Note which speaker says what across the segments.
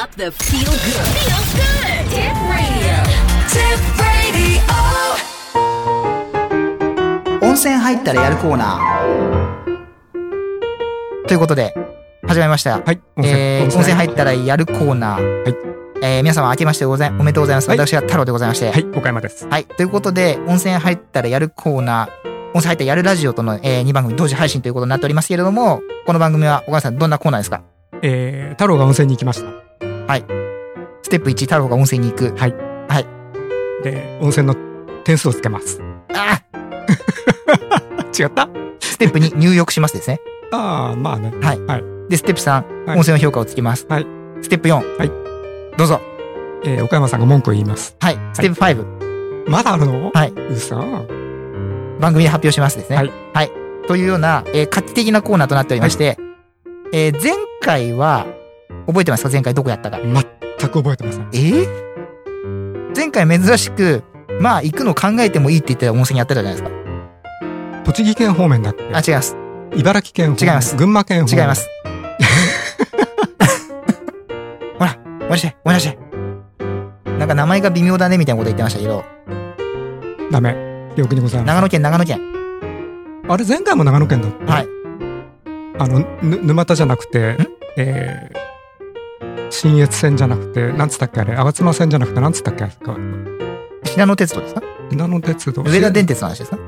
Speaker 1: up the feel good. Feel good. Tip radio. Tip radio.
Speaker 2: 温泉入ったらやるコーナー。ということで、始まりました。
Speaker 3: はい。
Speaker 2: えー温泉入ったらやるコーナー。
Speaker 3: はい
Speaker 2: えー皆様明けましてございおめでとうございます。
Speaker 3: はい
Speaker 2: 私が太郎でございまして。
Speaker 3: はい、岡山です。
Speaker 2: はい。ということで、温泉入ったらやるコーナー、温泉入ったらやるラジオとの、え2番組同時配信ということになっておりますけれども、この番組は、岡田さん、どんなコーナーですか
Speaker 3: えー、太郎が温泉に行きました。
Speaker 2: ステップ1、太郎が温泉に行く。
Speaker 3: で、温泉の点数をつ けます。
Speaker 2: ああ
Speaker 3: 違った
Speaker 2: ステップ2、入浴しますですね。
Speaker 3: ああ、まあね。
Speaker 2: はい
Speaker 3: はい。
Speaker 2: で、ステップ3、
Speaker 3: はい
Speaker 2: 温泉の評価をつけます。
Speaker 3: はい
Speaker 2: ステップ4、
Speaker 3: はい
Speaker 2: どうぞ。
Speaker 3: えー、岡山さんが文句を言います。
Speaker 2: はい。ステップ5、
Speaker 3: まだあるの
Speaker 2: はい。
Speaker 3: うさ
Speaker 2: 番組で発表しますですね。
Speaker 3: は
Speaker 2: はいい。というような、えー画期的なコーナーとなっておりまして、えー前回は、覚えてますか前回どこやったか。
Speaker 3: 全く覚えてません。
Speaker 2: えー前回珍しく、まあ、行くの考えてもいいって言ってた温泉やってたじゃないです
Speaker 3: 栃木県方面だっけ
Speaker 2: か。あ、違います。
Speaker 3: 茨城県方面。
Speaker 2: 違います
Speaker 3: 群馬県方
Speaker 2: 違い
Speaker 3: 面。
Speaker 2: ます。。ほら、ごめんなさい、ごめんなさい。なんか名前が微妙だねみたいなこと言ってましたけど、
Speaker 3: ダメ。記憶にございま
Speaker 2: 長野県、長野県。
Speaker 3: す。あれ、前回も長野県だった。
Speaker 2: はい。
Speaker 3: あの、ぬ沼田じゃなくて、えー、新越線じゃなくて、なんつったっけあれ、吾妻線じゃなくて、なんつったっけあれか。
Speaker 2: 信濃鉄道ですか
Speaker 3: 稲野鉄道。
Speaker 2: 上田電鉄の話ですか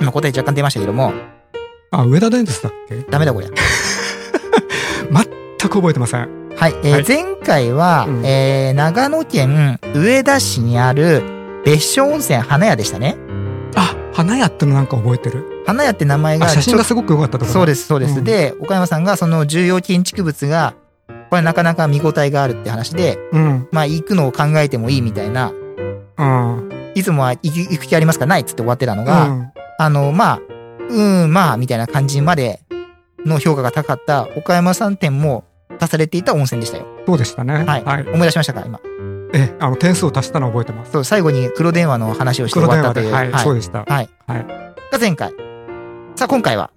Speaker 2: 今答え若干出ましたけども、
Speaker 3: あ、上田電鉄だっけ
Speaker 2: ダメだこれ。
Speaker 3: 全く覚えてません。
Speaker 2: はい、えー
Speaker 3: はい
Speaker 2: 前回は、
Speaker 3: うん
Speaker 2: えー長野県上田市にある別所温泉花屋でしたね。
Speaker 3: あ、花屋ってのなんか覚えてる。
Speaker 2: 花屋って名前が
Speaker 3: あ、写真が
Speaker 2: ち
Speaker 3: すごく良かったと
Speaker 2: ょ
Speaker 3: ころ。
Speaker 2: そう
Speaker 3: で
Speaker 2: ですそうです、
Speaker 3: うん
Speaker 2: で岡山さんがその重要建築物がこれなかなか見応えがあるって話で、
Speaker 3: す。うん。
Speaker 2: まあ行くのを考えてもいいみたいな、
Speaker 3: うん。
Speaker 2: いつもは行く行く気ありますかないっつって終わってたのが、
Speaker 3: うん
Speaker 2: あのまあうんまあみたいな感じまでの評価が高かった岡山さん店も足されていた温泉でしたよ。
Speaker 3: そうでしたね。
Speaker 2: はい
Speaker 3: はい。
Speaker 2: 思い出しましたか今。
Speaker 3: ええ、あの、点数を足したのを覚えてます。
Speaker 2: そう最後に黒電話の話をして終
Speaker 3: 黒
Speaker 2: わっ
Speaker 3: 電
Speaker 2: た
Speaker 3: 話
Speaker 2: とい
Speaker 3: で。
Speaker 2: う。
Speaker 3: はい。そうでした。
Speaker 2: はい。
Speaker 3: はい
Speaker 2: が前回。さあ、今回は。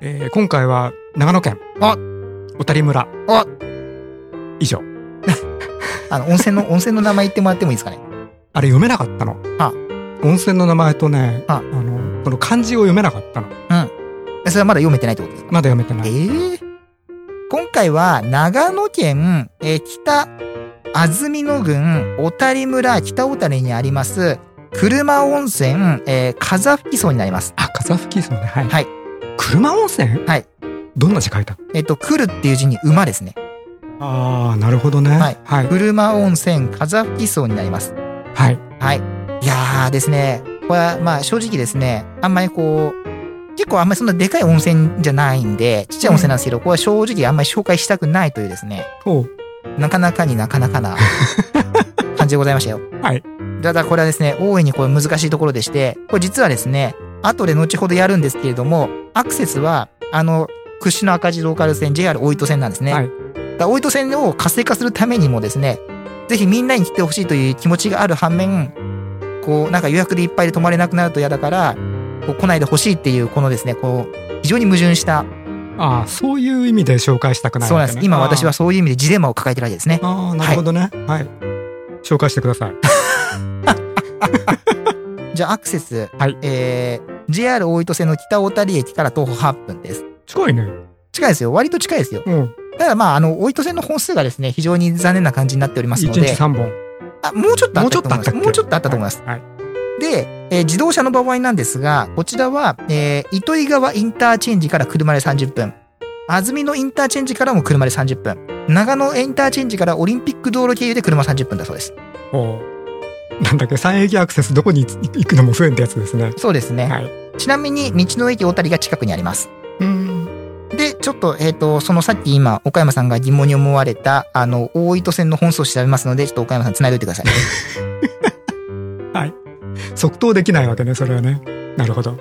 Speaker 3: えー、今回は、長野県。
Speaker 2: あ
Speaker 3: 小谷村。
Speaker 2: あ
Speaker 3: 以上。
Speaker 2: あの、温泉の、温 泉の名前言ってもらってもいいですかね。
Speaker 3: あれ読めなかったの。
Speaker 2: あ
Speaker 3: 温泉の名前とね、
Speaker 2: あ
Speaker 3: あの、その漢字を読めなかったの。
Speaker 2: えそれはまだ読めてないってことですか
Speaker 3: まだ読めてな
Speaker 2: え
Speaker 3: い。
Speaker 2: え今回は、長野県、えー北、安曇野郡、小谷村、北小谷にあります、車温泉、えー、風吹き荘になります。
Speaker 3: あ、風吹きそうね。はい。
Speaker 2: はい
Speaker 3: 車温泉
Speaker 2: はい。
Speaker 3: どんな字書いた
Speaker 2: えっ、と、来るっていう字に馬ですね。
Speaker 3: ああ、なるほどね。
Speaker 2: はい。
Speaker 3: はい。
Speaker 2: 車温泉、風吹き荘になります。
Speaker 3: はい。
Speaker 2: はい。いやーですね、これはまあ正直ですね、あんまりこう、結構あんまりそんなでかい温泉じゃないんで、ちっちゃい温泉なんですけど、これは正直あんまり紹介したくないというですね、
Speaker 3: お
Speaker 2: なかなかになかな かな感じでございましたよ。
Speaker 3: はい。
Speaker 2: ただこれはですね、大いにこれ難しいところでして、これ実はですね、後で後ほどやるんですけれども、アクセスは、あの、屈指の赤字ローカル線、JR 大糸線なんですね。
Speaker 3: はい
Speaker 2: だから大糸線を活性化するためにもですね、ぜひみんなに来てほしいという気持ちがある反面、こう、なんか予約でいっぱいで泊まれなくなると嫌だから、こう来ないでほしいっていう、このですね、こう、非常に矛盾した、
Speaker 3: ああ、そういう意味で紹介したくない
Speaker 2: そう
Speaker 3: わ
Speaker 2: なん
Speaker 3: け
Speaker 2: です。
Speaker 3: ね
Speaker 2: 今私は。そういう意味でジレンマを抱えてるわけですね。
Speaker 3: あーあー、なるほどね。はい。紹介してください。
Speaker 2: じゃあアクセス、
Speaker 3: はい
Speaker 2: えー、JR 大糸線の北小谷駅から徒歩8分です。
Speaker 3: 近いね。
Speaker 2: 近いですよ。割と近いですよ。
Speaker 3: うん。
Speaker 2: ただまあ、あの、大糸線の本数がですね、非常に残念な感じになっております
Speaker 3: 1
Speaker 2: の
Speaker 3: 日
Speaker 2: で、
Speaker 3: 3本。
Speaker 2: あ、もうちょっとあ
Speaker 3: も
Speaker 2: っ
Speaker 3: うち
Speaker 2: たと思いま
Speaker 3: ょっとあった
Speaker 2: す。
Speaker 3: っけ
Speaker 2: もうちょっとあったと思います。
Speaker 3: はい。
Speaker 2: で、えー自動車の場合なんですが、こちらは、えー、糸魚川インターチェンジから車で30分、安曇野インターチェンジからも車で30分、長野インターチェンジからオリンピック道路経由で車30分だそうです。
Speaker 3: おなんだっけ、三駅アクセスどこに行くのも不便ってやつですね。
Speaker 2: そうですね。
Speaker 3: はい。
Speaker 2: ちなみに、道の駅小谷が近くにあります。
Speaker 3: うん。
Speaker 2: で、ちょっと、えっ、と、そのさっき今、岡山さんが疑問に思われた、あの、大糸線の本数を調べますので、ちょっと岡山さん繋いでおいてください。
Speaker 3: 即答できないわけね、それはね。なるほど。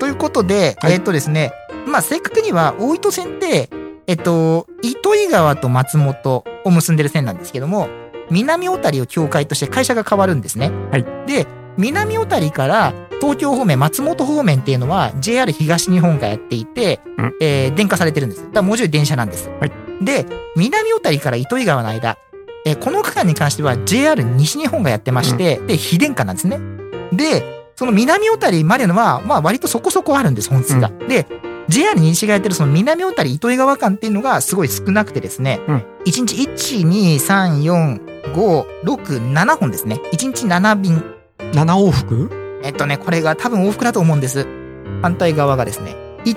Speaker 2: ということで、
Speaker 3: はい
Speaker 2: えっ、とですね、まあ、正確には、大糸線って、えっ、と、糸魚川と松本を結んでる線なんですけども、南小谷を境界として会社が変わるんですね。
Speaker 3: はい
Speaker 2: で、南小谷から東京方面、松本方面っていうのは JR 東日本がやっていて、
Speaker 3: うん
Speaker 2: えー電化されてるんです。だからもうちょい電車なんです。
Speaker 3: はい
Speaker 2: で、南小谷から糸魚川の間、えーこの区間に関しては JR 西日本がやってまして、で、非電化なんですね。で、その南小谷までのは、まあ割とそこそこあるんです、本数が。で、JR 西がやってるその南小谷糸魚川間っていうのがすごい少なくてですね、
Speaker 3: うん
Speaker 2: 一1日1、2、3、4、5、6、7本ですね。1日7便
Speaker 3: 7往復
Speaker 2: えっとね、これが多分往復だと思うんです。反対側がですね、1、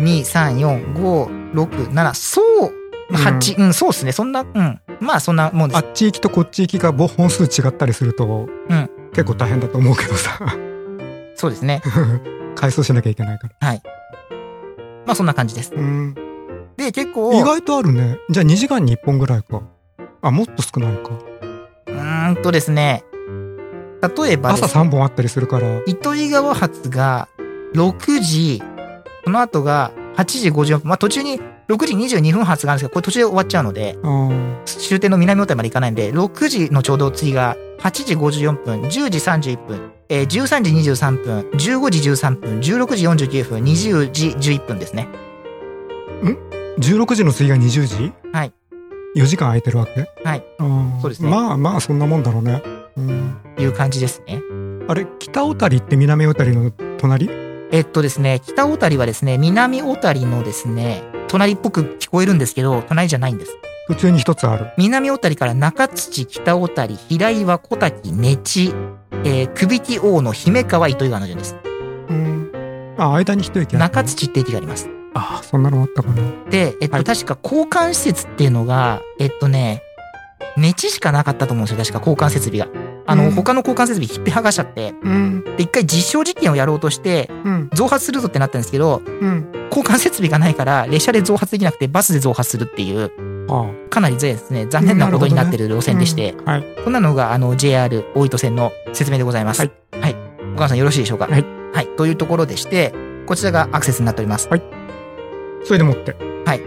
Speaker 2: 2、3、4、5、6、7、そう、8、うん、そうですね、そんな、うん。まあ、そんなもんで
Speaker 3: あ
Speaker 2: す。
Speaker 3: っち行きとこっち行きがぼ本数違ったりすると、
Speaker 2: うん
Speaker 3: 結構大変だと思うけどさ
Speaker 2: そうですね。
Speaker 3: 回想しなきゃいけないから、
Speaker 2: まあ、そんな感じです。
Speaker 3: うん、
Speaker 2: で、結構、
Speaker 3: 意外とあるねじゃあ2時間に1本ぐらいかあもっと少ないか
Speaker 2: うーんとですね、例えばです
Speaker 3: 朝
Speaker 2: ね
Speaker 3: 3本あったりするから
Speaker 2: 糸魚川発が6時、その後が8時54分、まあ、途中に6時22分発があるんですけど、これ途中で終わっちゃうので、
Speaker 3: あー
Speaker 2: 終点の南大谷まで行かないんで、6時のちょうど次が、8時54分、10時31分、えー、13時23分、15時13分、16時49分、20時11分ですね。
Speaker 3: 16時の次が20時
Speaker 2: はい
Speaker 3: 4時間空いてるわけ
Speaker 2: はい
Speaker 3: あー
Speaker 2: そうですね
Speaker 3: まあまあそんなもんだろうね、うん、
Speaker 2: いう感じですね。
Speaker 3: あれ北小谷って南小谷の隣
Speaker 2: えっとですね、北小谷はですね、南小谷のですね、隣っぽく聞こえるんですけど、隣じゃないんです。
Speaker 3: 途中に一つある
Speaker 2: 南小谷から中土、北小谷、平岩、小滝、根地、えー、首木王の姫川、糸魚川の順です。
Speaker 3: うんあ間に一駅ある
Speaker 2: 中土って駅があります。
Speaker 3: あそんなのあったかな
Speaker 2: で、えっと、
Speaker 3: はい
Speaker 2: 確か交換施設っていうのが、えっとね、ネチしかなかったと思うんですよ、確か交換設備が。あの、
Speaker 3: うん
Speaker 2: 他の交換設備引っぺ剥がしちゃって、
Speaker 3: うん
Speaker 2: で、一回実証実験をやろうとして、
Speaker 3: うん
Speaker 2: 増発するぞってなったんですけど、
Speaker 3: うん
Speaker 2: 交換設備がないから、列車で増発できなくて、バスで増発するっていう、
Speaker 3: あ
Speaker 2: かなりですね、残念なことになってる路線でして、
Speaker 3: うんはい
Speaker 2: そんなのが、あの、JR 大糸線の説明でございます。
Speaker 3: は
Speaker 2: はいい。お母さんよろしいでしょうか
Speaker 3: はい。
Speaker 2: はい。というところでして、こちらがアクセスになっております。
Speaker 3: それでもって
Speaker 2: はい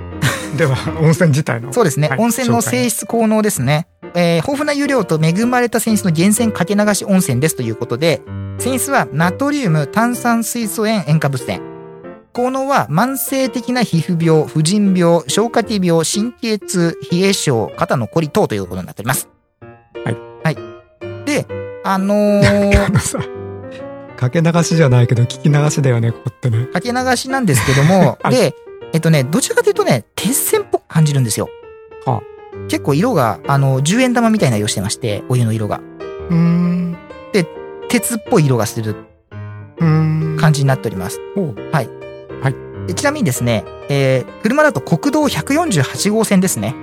Speaker 3: では温泉自 体の
Speaker 2: そうですね、
Speaker 3: はい
Speaker 2: 温泉の性質効能ですね。えー豊富な湯量と恵まれた泉質の源泉かけ流し温泉ですということで、泉質はナトリウム、炭酸水素塩、塩化物泉。効能は慢性的な皮膚病、婦人病、消化器病、神経痛、冷え症、肩のこり等ということになっております。
Speaker 3: はい。
Speaker 2: はい。で、あの ー
Speaker 3: あのさかけ流しじゃないけど聞き流しだよねここってね
Speaker 2: かけ流しなんですけども
Speaker 3: は、い
Speaker 2: で、えっとね、どちらかというとね、鉄線っぽく感じるんですよ。
Speaker 3: は
Speaker 2: 結構色が、あの、10円玉みたいな色してまして、お湯の色が。
Speaker 3: うん
Speaker 2: 鉄っぽい色がする
Speaker 3: うん
Speaker 2: 感じになっております。
Speaker 3: ほう
Speaker 2: はい。
Speaker 3: はい
Speaker 2: でちなみにですね、えー車だと国道148号線ですね。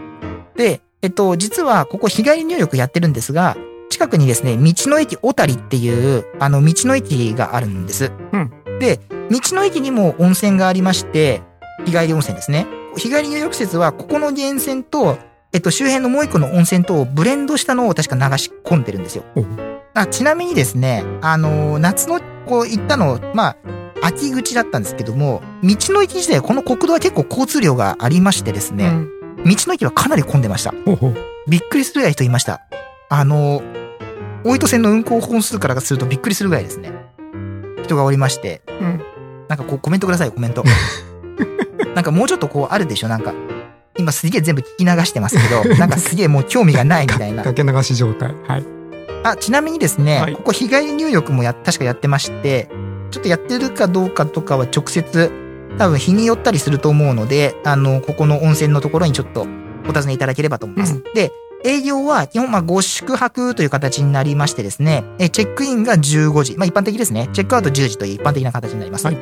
Speaker 2: で、えっと、実はここ日帰り入力やってるんですが、近くにですね、道の駅小谷っていう、あの、道の駅があるんです。
Speaker 3: うん
Speaker 2: で、道の駅にも温泉がありまして、日帰り温泉ですね。日帰り入浴施設は、ここの源泉と、えっと、周辺のもう一個の温泉とをブレンドしたのを確か流し込んでるんですよ
Speaker 3: おう。
Speaker 2: あちなみにですね、あのー夏の、こう、行ったの、まあ、秋口だったんですけども、道の駅自体、この国道は結構交通量がありましてですね、道の駅はかなり混んでました。
Speaker 3: ほうほう
Speaker 2: びっくりするぐらい人いました。あの、大糸線の運行本数からするとびっくりするぐらいですね。人がおりまして。
Speaker 3: ん
Speaker 2: なんかこうコメントください、コメント。なんかもうちょっとこうあるでしょ、なんか。今すげえ全部聞き流してますけど、なんかすげえもう興味がないみたいな。
Speaker 3: かけ流し状態はい
Speaker 2: あ、ちなみにですね、
Speaker 3: はい
Speaker 2: ここ日帰り入浴もや、確かやってまして、ちょっとやってるかどうかとかは直接、多分日によったりすると思うので、あの、ここの温泉のところにちょっとお尋ねいただければと思います。
Speaker 3: うん
Speaker 2: で、営業は基本、まあ、ご宿泊という形になりましてですね、えチェックインが15時、まあ一般的ですね、チェックアウト10時という一般的な形になります。
Speaker 3: はい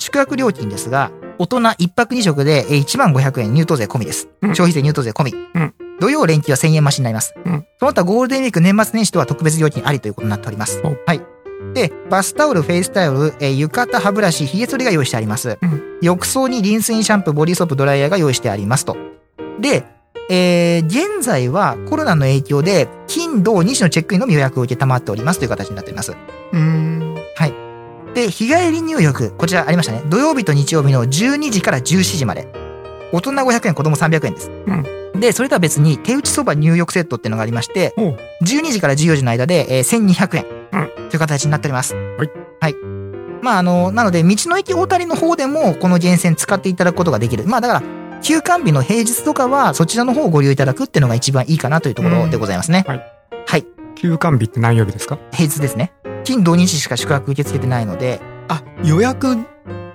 Speaker 2: 宿泊料金ですが、大人1泊2食で1万500円入湯税込みです。
Speaker 3: うん
Speaker 2: 消費税入湯税込み。
Speaker 3: うん
Speaker 2: 土曜連休は1000円増しになります。その他ゴールデンウィーク年末年始とは特別料金ありということになっております。
Speaker 3: お
Speaker 2: はい。で、バスタオル、フェイスタオル、えー浴衣、歯ブラシ、髭剃りが用意してあります。
Speaker 3: うん
Speaker 2: 浴槽にリンスインシャンプー、ボディーソープ、ドライヤーが用意してありますと。で、えー現在はコロナの影響で、金、土、日のチェックインのみ予約を受けたまっておりますという形になっています。
Speaker 3: うん
Speaker 2: で、日帰り入浴、こちらありましたね。土曜日と日曜日の12時から17時まで。大人500円、子供300円です。で、それとは別に、手打ちそば入浴セットっていうのがありまして、
Speaker 3: ほう
Speaker 2: 12時から14時の間で、えー1200円、という形になっております。
Speaker 3: い
Speaker 2: はい。まあ、あの、なので、道の駅大谷の方でも、この源泉使っていただくことができる。まあ、だから、休館日の平日とかは、そちらの方をご利用いただくっていうのが一番いいかなというところでございますね。
Speaker 3: 休館日って何曜日ですか
Speaker 2: 平日ですね。金土日しか宿泊受け付けてないので、
Speaker 3: あ予約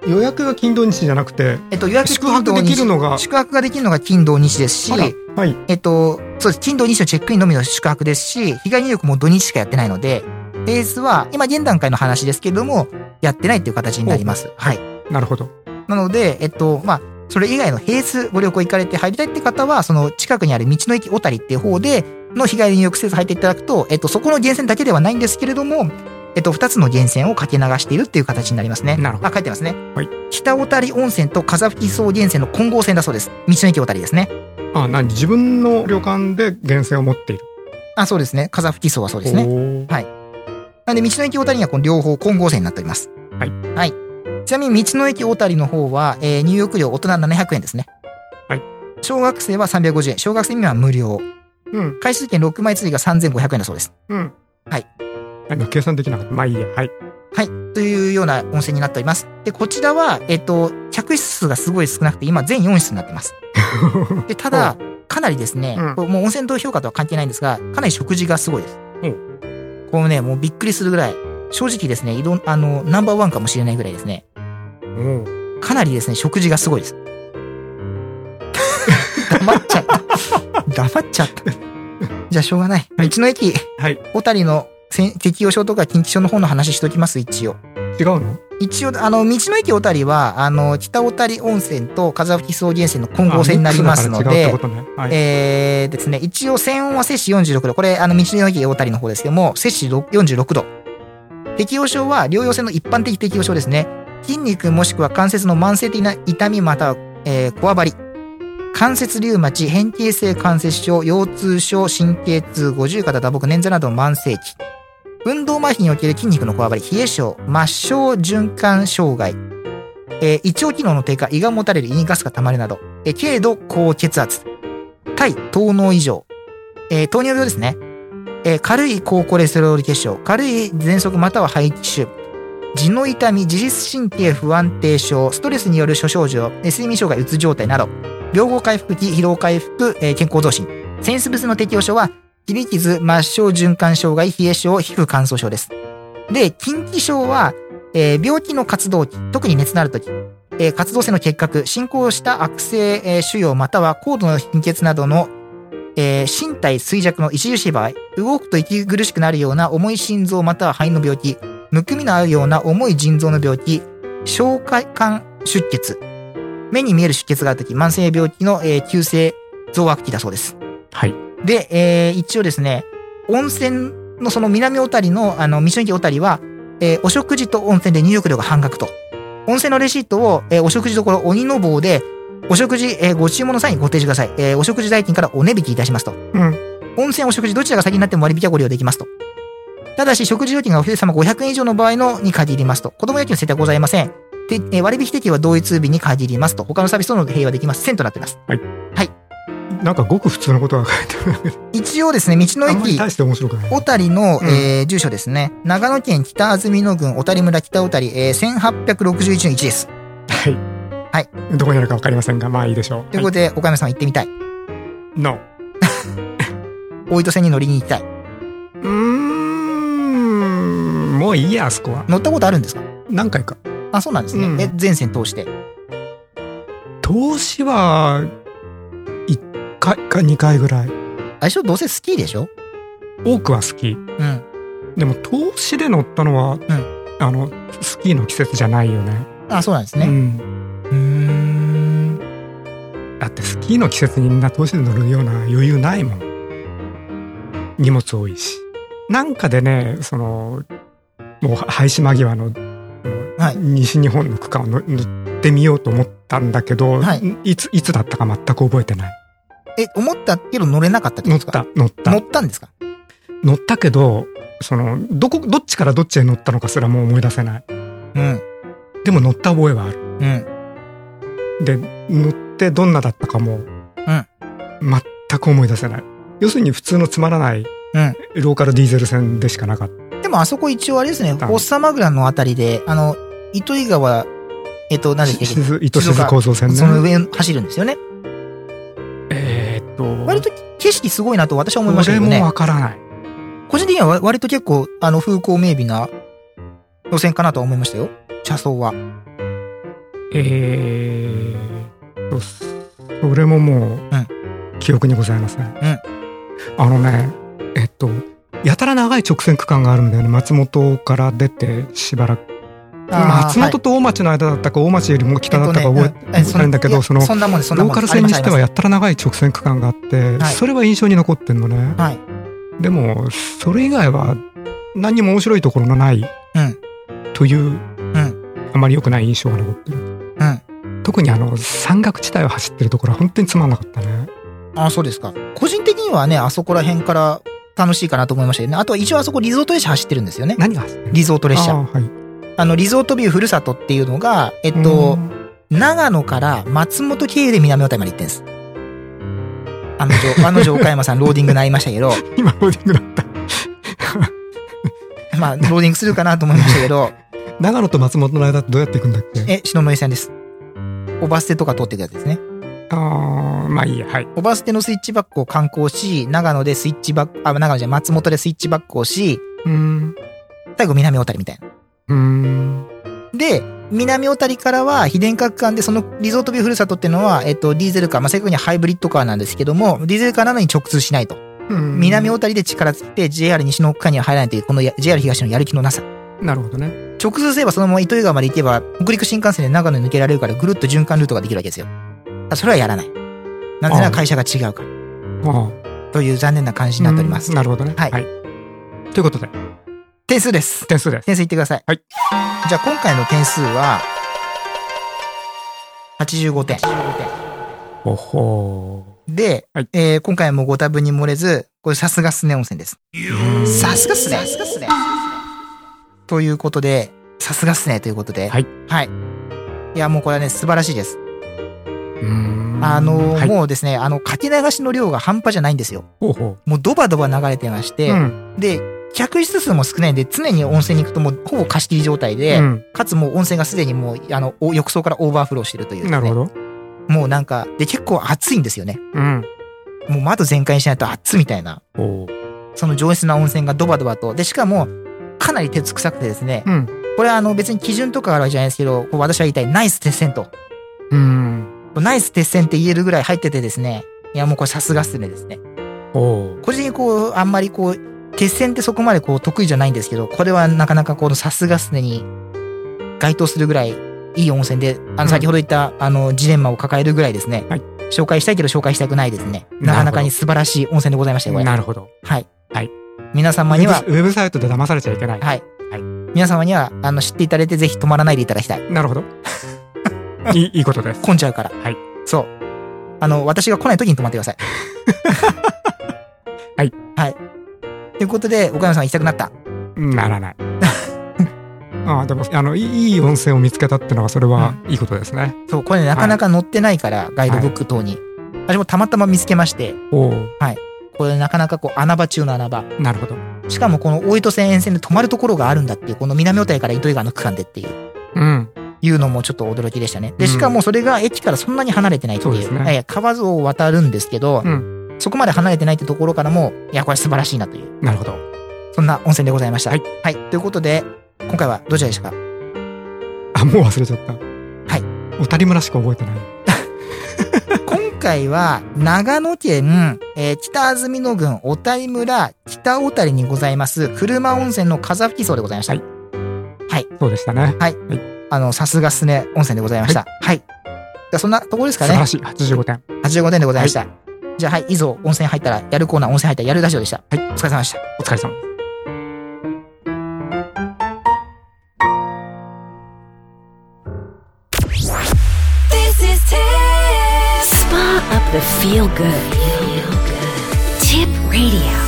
Speaker 3: 予約が金土日じゃなくて
Speaker 2: えっと、予約
Speaker 3: 宿泊できるのが
Speaker 2: 宿泊ができるのが金土日ですし、
Speaker 3: あらはい
Speaker 2: えっと、そうです。金土日のチェックインのみの宿泊ですし、被害入力も土日しかやってないので、平日は、今現段階の話ですけれども、やってないっていう形になります。はい。
Speaker 3: なるほど
Speaker 2: なので、えっと、まあ、それ以外の平日ご旅行行かれて入りたいって方は、その近くにある道の駅小谷っていう方で、の日帰り入浴施設入っていただくと、えっと、そこの源泉だけではないんですけれども、えっと、二つの源泉をかけ流しているっていう形になりますね。
Speaker 3: なるほど
Speaker 2: あ、書いてますね。
Speaker 3: はい
Speaker 2: 北小谷温泉と風吹草源泉の混合泉だそうです。道の駅小谷ですね。
Speaker 3: あ何自分の旅館で源泉を持っている
Speaker 2: あ、そうですね。風吹草はそうですね。
Speaker 3: おー
Speaker 2: なんで、道の駅大谷はこの両方混合線になっております。
Speaker 3: はい。
Speaker 2: はい。ちなみに、道の駅大谷の方は、えー入浴料大人700円ですね。
Speaker 3: はい。
Speaker 2: 小学生は350円。小学生未満は無料。
Speaker 3: うん
Speaker 2: 回数券6枚追加3500円だそうです。
Speaker 3: うん
Speaker 2: はい
Speaker 3: あ今計算できなかったまあいいやはい
Speaker 2: はい。というような温泉になっております。で、こちらは、えっ、と、客室数がすごい少なくて、今全4室になってい ます。で、ただ、かなりですね、
Speaker 3: うん
Speaker 2: これもう温泉と評価とは関係ないんですが、かなり食事がすごいです。
Speaker 3: お
Speaker 2: このね、もうびっくりするぐらい、正直ですね、いろん、あの、ナンバーワンかもしれないぐらいですね、
Speaker 3: おー
Speaker 2: かなりですね、食事がすごいです。 黙っちゃった。黙っちゃった。じゃあしょうがない。道の駅、
Speaker 3: はい
Speaker 2: 小谷のせん適用症とか近畿症の方の話しときます、一応。
Speaker 3: 違うの
Speaker 2: 一応、あの、道の駅小谷は、あの、北小谷温泉と風吹草原泉の混合線になりますの
Speaker 3: あミックスだから違うっ
Speaker 2: で
Speaker 3: てこ、とねはい
Speaker 2: えー、ですね、一応、泉温は摂氏46度。これ、あの、道の駅大谷の方ですけども、摂氏46度。適応症は、療養性の一般的適応症ですね。筋肉もしくは関節の慢性的な痛みまたは、えー、こわばり。関節リウマチ、変形性関節症、腰痛症、神経痛、五十肩、打撲、捻挫などの慢性期。運動麻痺における筋肉のこわばり、冷え症、末梢循環障害。えー、胃腸機能の低下、胃がもたれる、胃にガスが溜まるなど。えー、軽度高血圧。対糖脳異常、えー糖尿病ですね、えー軽い高コレステロール血症、軽い喘息または肺気腫、地の痛み、自律神経不安定症、ストレスによる諸症状、えー睡眠障害、うつ状態など、病後回復期、疲労回復、えー健康増進、センス物の適応症は、切り傷、末梢循環障害、冷え症、皮膚乾燥症です。で、近畿症は、えー病気の活動期、特に熱のある時、えー活動性の結核、進行した悪性、えー腫瘍または高度の貧血などのえー身体衰弱の著しい場合、動くと息苦しくなるような重い心臓または肺の病気、むくみのあるような重い腎臓の病気、消化管出血、目に見える出血があるとき、慢性病気の、えー急性増悪期だそうです。
Speaker 3: はい
Speaker 2: で、えー一応ですね、温泉のその南小谷の、あの、道の駅小谷は、えーお食事と温泉で入浴料が半額と。温泉のレシートを、えーお食事どころ鬼の棒で、お食事、えーご注文の際にご提示ください。えーお食事代金からお値引きいたしますと。
Speaker 3: うん
Speaker 2: 温泉、お食事、どちらが先になっても割引はご利用できますと。ただし、食事料金がお一人様500円以上の場合のに限りますと。子供野球の選択はございません。で、えー割引適用は同一日に限りますと。他のサービスとの併用はできませんとなっています。
Speaker 3: なんかごく普通のことが書いてある
Speaker 2: 一応ですね、道の
Speaker 3: あんまり
Speaker 2: 駅、
Speaker 3: 大して面白くない
Speaker 2: 小谷の、
Speaker 3: うん
Speaker 2: えー住所ですね。長野県北安曇野郡小谷村北小谷、えー、1861の1です。
Speaker 3: はい。どこにあるかわかりませんが、まあいいでしょう。
Speaker 2: ということで、岡山さん行ってみたい。
Speaker 3: の。
Speaker 2: 大糸線に乗りに行きたい。
Speaker 3: うーん、もういいや、あそこは。
Speaker 2: 乗ったことあるんですか
Speaker 3: 何回か。
Speaker 2: あ、そうなんですね。
Speaker 3: うん
Speaker 2: え、全線通して。
Speaker 3: 投資は、1回か2回ぐらい。
Speaker 2: 相性どうせスキーでしょ
Speaker 3: 多くは好き。
Speaker 2: うん。
Speaker 3: でも、投資で乗ったのは、あの、スキーの季節じゃないよね。
Speaker 2: あ、そうなんです
Speaker 3: う
Speaker 2: ね。
Speaker 3: ん。
Speaker 2: うーん。
Speaker 3: だって、スキーの季節にみんな投資で乗るような余裕ないもん。荷物多いし。なんかでね、その、もう廃止間際の
Speaker 2: はい。
Speaker 3: 西日本の区間をの乗ってみようと思ったんだけど、
Speaker 2: はい
Speaker 3: んいついつだったか全く覚えてない
Speaker 2: え、思ったけど乗れなかったってこ
Speaker 3: 乗
Speaker 2: と
Speaker 3: っ
Speaker 2: ですか
Speaker 3: た乗った
Speaker 2: 乗ったんですか
Speaker 3: 乗ったけどそのどこどっちからどっちへ乗ったのかすらもう思い出せない
Speaker 2: うん。
Speaker 3: でも乗った覚えはある
Speaker 2: うん。
Speaker 3: で乗ってどんなだったかも、全く思い出せない要するに普通のつまらない、
Speaker 2: うん
Speaker 3: ローカルディーゼル線でしかなかった
Speaker 2: でもあそこ一応あれですね、
Speaker 3: た
Speaker 2: フォッサマグラのあたりで、あの、糸魚川、えっと、何でしたっけ
Speaker 3: ししず糸静構造線ね
Speaker 2: その上走るんですよね。
Speaker 3: ど
Speaker 2: 割と景色すごいなと私は思いま
Speaker 3: こ
Speaker 2: したけ
Speaker 3: れ
Speaker 2: ど
Speaker 3: も
Speaker 2: ね
Speaker 3: わ。からない
Speaker 2: 個人的には割と結構、あの、風光明媚な路線かなとは思いましたよ。車窓は。
Speaker 3: えーとそれももう、記憶にございません、あのねえっとやたら長い直線区間があるんだよね松本から出てしばらく松本と大町の間だったか大町よりも北だったか覚え
Speaker 2: えっとねうんえ
Speaker 3: てないんだけどその
Speaker 2: いやそんなもんですそんな
Speaker 3: ロ
Speaker 2: も
Speaker 3: ー
Speaker 2: ん
Speaker 3: カ
Speaker 2: で
Speaker 3: ル
Speaker 2: す
Speaker 3: 線にしては
Speaker 2: あり
Speaker 3: やったら長い直線区間があって
Speaker 2: はい
Speaker 3: それは印象に残ってんのね
Speaker 2: ますあります
Speaker 3: でもそれ以外は何にも面白いところのない
Speaker 2: うん
Speaker 3: という、
Speaker 2: ん
Speaker 3: あまり良くない印象が残ってる
Speaker 2: はい。
Speaker 3: 特にあの山岳地帯を走ってるところは本当につまんなかったね
Speaker 2: うん。あ、そうですか。個人的にはね、あそこら辺から楽しいかなと思いましたよね。あとは一応あそこリゾート列車走ってるんですよね。
Speaker 3: 何が走ってる
Speaker 2: リゾート列
Speaker 3: あ
Speaker 2: 車。
Speaker 3: ーはい
Speaker 2: あの、リゾートビューふるさとっていうのが、えっと、長野から松本経由で南小谷まで行ってんです。あの女、あの女岡山さん、ローディングなりましたけど、
Speaker 3: うん今ローディングだった
Speaker 2: まあ、ローディングするかなと思いましたけど、
Speaker 3: 長野と松本の間ってどうやって行くんだっけ
Speaker 2: え、篠ノ井線です。おバス停とか通ってたやつですね。
Speaker 3: あーまあいいやはい
Speaker 2: おバス停のスイッチバックを観光し、長野でスイッチバック、あ、長野じゃない松本でスイッチバックをし、
Speaker 3: うーん
Speaker 2: 最後南小谷みたいな。
Speaker 3: うーん
Speaker 2: で、南小谷からは、非電化区間で、そのリゾートビューふるさとっていうのは、えっと、ディーゼルカー、まあ、正確にはハイブリッドカーなんですけども、ディーゼルカーなのに直通しないと。
Speaker 3: うん
Speaker 2: 南小谷で力尽きて JR 西の区間には入らないというこのや JR 東のやる気のなさ
Speaker 3: なるほどね
Speaker 2: 直通すればそのまま糸魚川まで行けば北陸新幹線で長野に抜けられるからぐるっと循環ルートができるわけですよあそれはやらないなぜなら会社が違うか
Speaker 3: ああ
Speaker 2: らという残念な感じになっております
Speaker 3: うんなるほどね
Speaker 2: はい
Speaker 3: ということで
Speaker 2: 点数です
Speaker 3: 点数です
Speaker 2: 点数言ってください、
Speaker 3: はい、
Speaker 2: じゃあ今回の点数は85点
Speaker 3: ほほ
Speaker 2: で、
Speaker 3: はい
Speaker 2: えー今回もご多分に漏れずこれさすがスネ温泉ですさすがっすねということで、さすがっすねということで。
Speaker 3: はい。
Speaker 2: はい。いや、もうこれはね、素晴らしいです。あ
Speaker 3: あ
Speaker 2: のー
Speaker 3: はい、
Speaker 2: もうですね、あの、かけ流しの量が半端じゃないんですよ。
Speaker 3: ほうほ
Speaker 2: もうドバドバ流れてまし
Speaker 3: う
Speaker 2: て、
Speaker 3: うん
Speaker 2: で、客室数も少ないんで、常に温泉に行くともうほぼ貸し切り状態で、
Speaker 3: うん
Speaker 2: かつもう温泉がすでにもう、あの、お浴槽からオーバーフローしてるという、ね。
Speaker 3: なるほど。
Speaker 2: もうなんか、で、結構暑いんですよね。
Speaker 3: うん。
Speaker 2: もう窓全開にしないと暑いみたいな。
Speaker 3: お
Speaker 2: その上質な温泉がドバドバと。で、しかも、かなり鉄臭くてですね、
Speaker 3: うん。
Speaker 2: これはあの別に基準とかあるわけじゃないですけど、こう私は言いたいナイス鉄線と。
Speaker 3: うん。
Speaker 2: ナイス鉄線って言えるぐらい入っててですね。いやもうこれさすがっすねですね。
Speaker 3: お
Speaker 2: 個人的にこう、あんまりこう、鉄線ってそこまでこう得意じゃないんですけど、これはなかなかこのさすがっすねに該当するぐらいいい温泉で、あ
Speaker 3: う
Speaker 2: の
Speaker 3: ん
Speaker 2: 先ほど言った、あのジレンマを抱えるぐらいですね。
Speaker 3: はい
Speaker 2: 紹介したいけど紹介したくないですね。
Speaker 3: なるほど
Speaker 2: なかなかに素晴らしい温泉でございましたよ、これ。
Speaker 3: なるほど。
Speaker 2: はい。
Speaker 3: はい。
Speaker 2: 皆様には
Speaker 3: ウ、ェブウェブサイトで騙されちゃいけない。
Speaker 2: はい。
Speaker 3: はい
Speaker 2: 皆様には、あの、知っていただいてぜひ止まらないでいただきたい。
Speaker 3: なるほど。いいいいことです。
Speaker 2: 混んじゃうから。
Speaker 3: はい。
Speaker 2: そう。あの、私が来ない時に泊まってください。
Speaker 3: はい。
Speaker 2: はい。ということで、岡山さん行きたくなった。
Speaker 3: ならない。 ああでもあのいいいい温泉を見つけたってのはそれはいいことですね。
Speaker 2: そう、これね、なかなか載ってないから、ガイドブック等に。私もたまたま見つけまして、
Speaker 3: おお
Speaker 2: これなかなかこう穴場中の穴場。
Speaker 3: なるほど。
Speaker 2: しかもこの大糸線沿線で泊まるところがあるんだっていう、この南小谷から糸魚川の区間でっていう、
Speaker 3: うん
Speaker 2: いうのもちょっと驚きでしたね。で、
Speaker 3: うん
Speaker 2: しかもそれが駅からそんなに離れてないっていう。
Speaker 3: そうですね
Speaker 2: ええ川を渡るんですけど、
Speaker 3: う
Speaker 2: そこまで離れてないってところからも、いや、これ素晴らしいなという。
Speaker 3: なるほど。
Speaker 2: そんな温泉でございました。
Speaker 3: は
Speaker 2: はいい。ということで、今回はどちらでしたか
Speaker 3: あもう忘れちゃった。
Speaker 2: はい。
Speaker 3: おたり村しか覚えてない。
Speaker 2: 今回は、長野県、えー北安曇野郡小谷村北小谷にございます、車温泉の風吹き荘でございました。
Speaker 3: はいそうでしたね。
Speaker 2: あの、さすがすね温泉でございました。はい。じゃあそんなところです
Speaker 3: 素
Speaker 2: か
Speaker 3: 晴ら
Speaker 2: ね。
Speaker 3: しい85点。
Speaker 2: 85点でございました。じゃあ、はい、以上、温泉入ったら、やるコーナー、温泉入ったら、やるラジオでした。はい、お疲れ様でした。
Speaker 3: お疲れ様。
Speaker 1: This is Tip. Spa up the feel good. Tip Radio.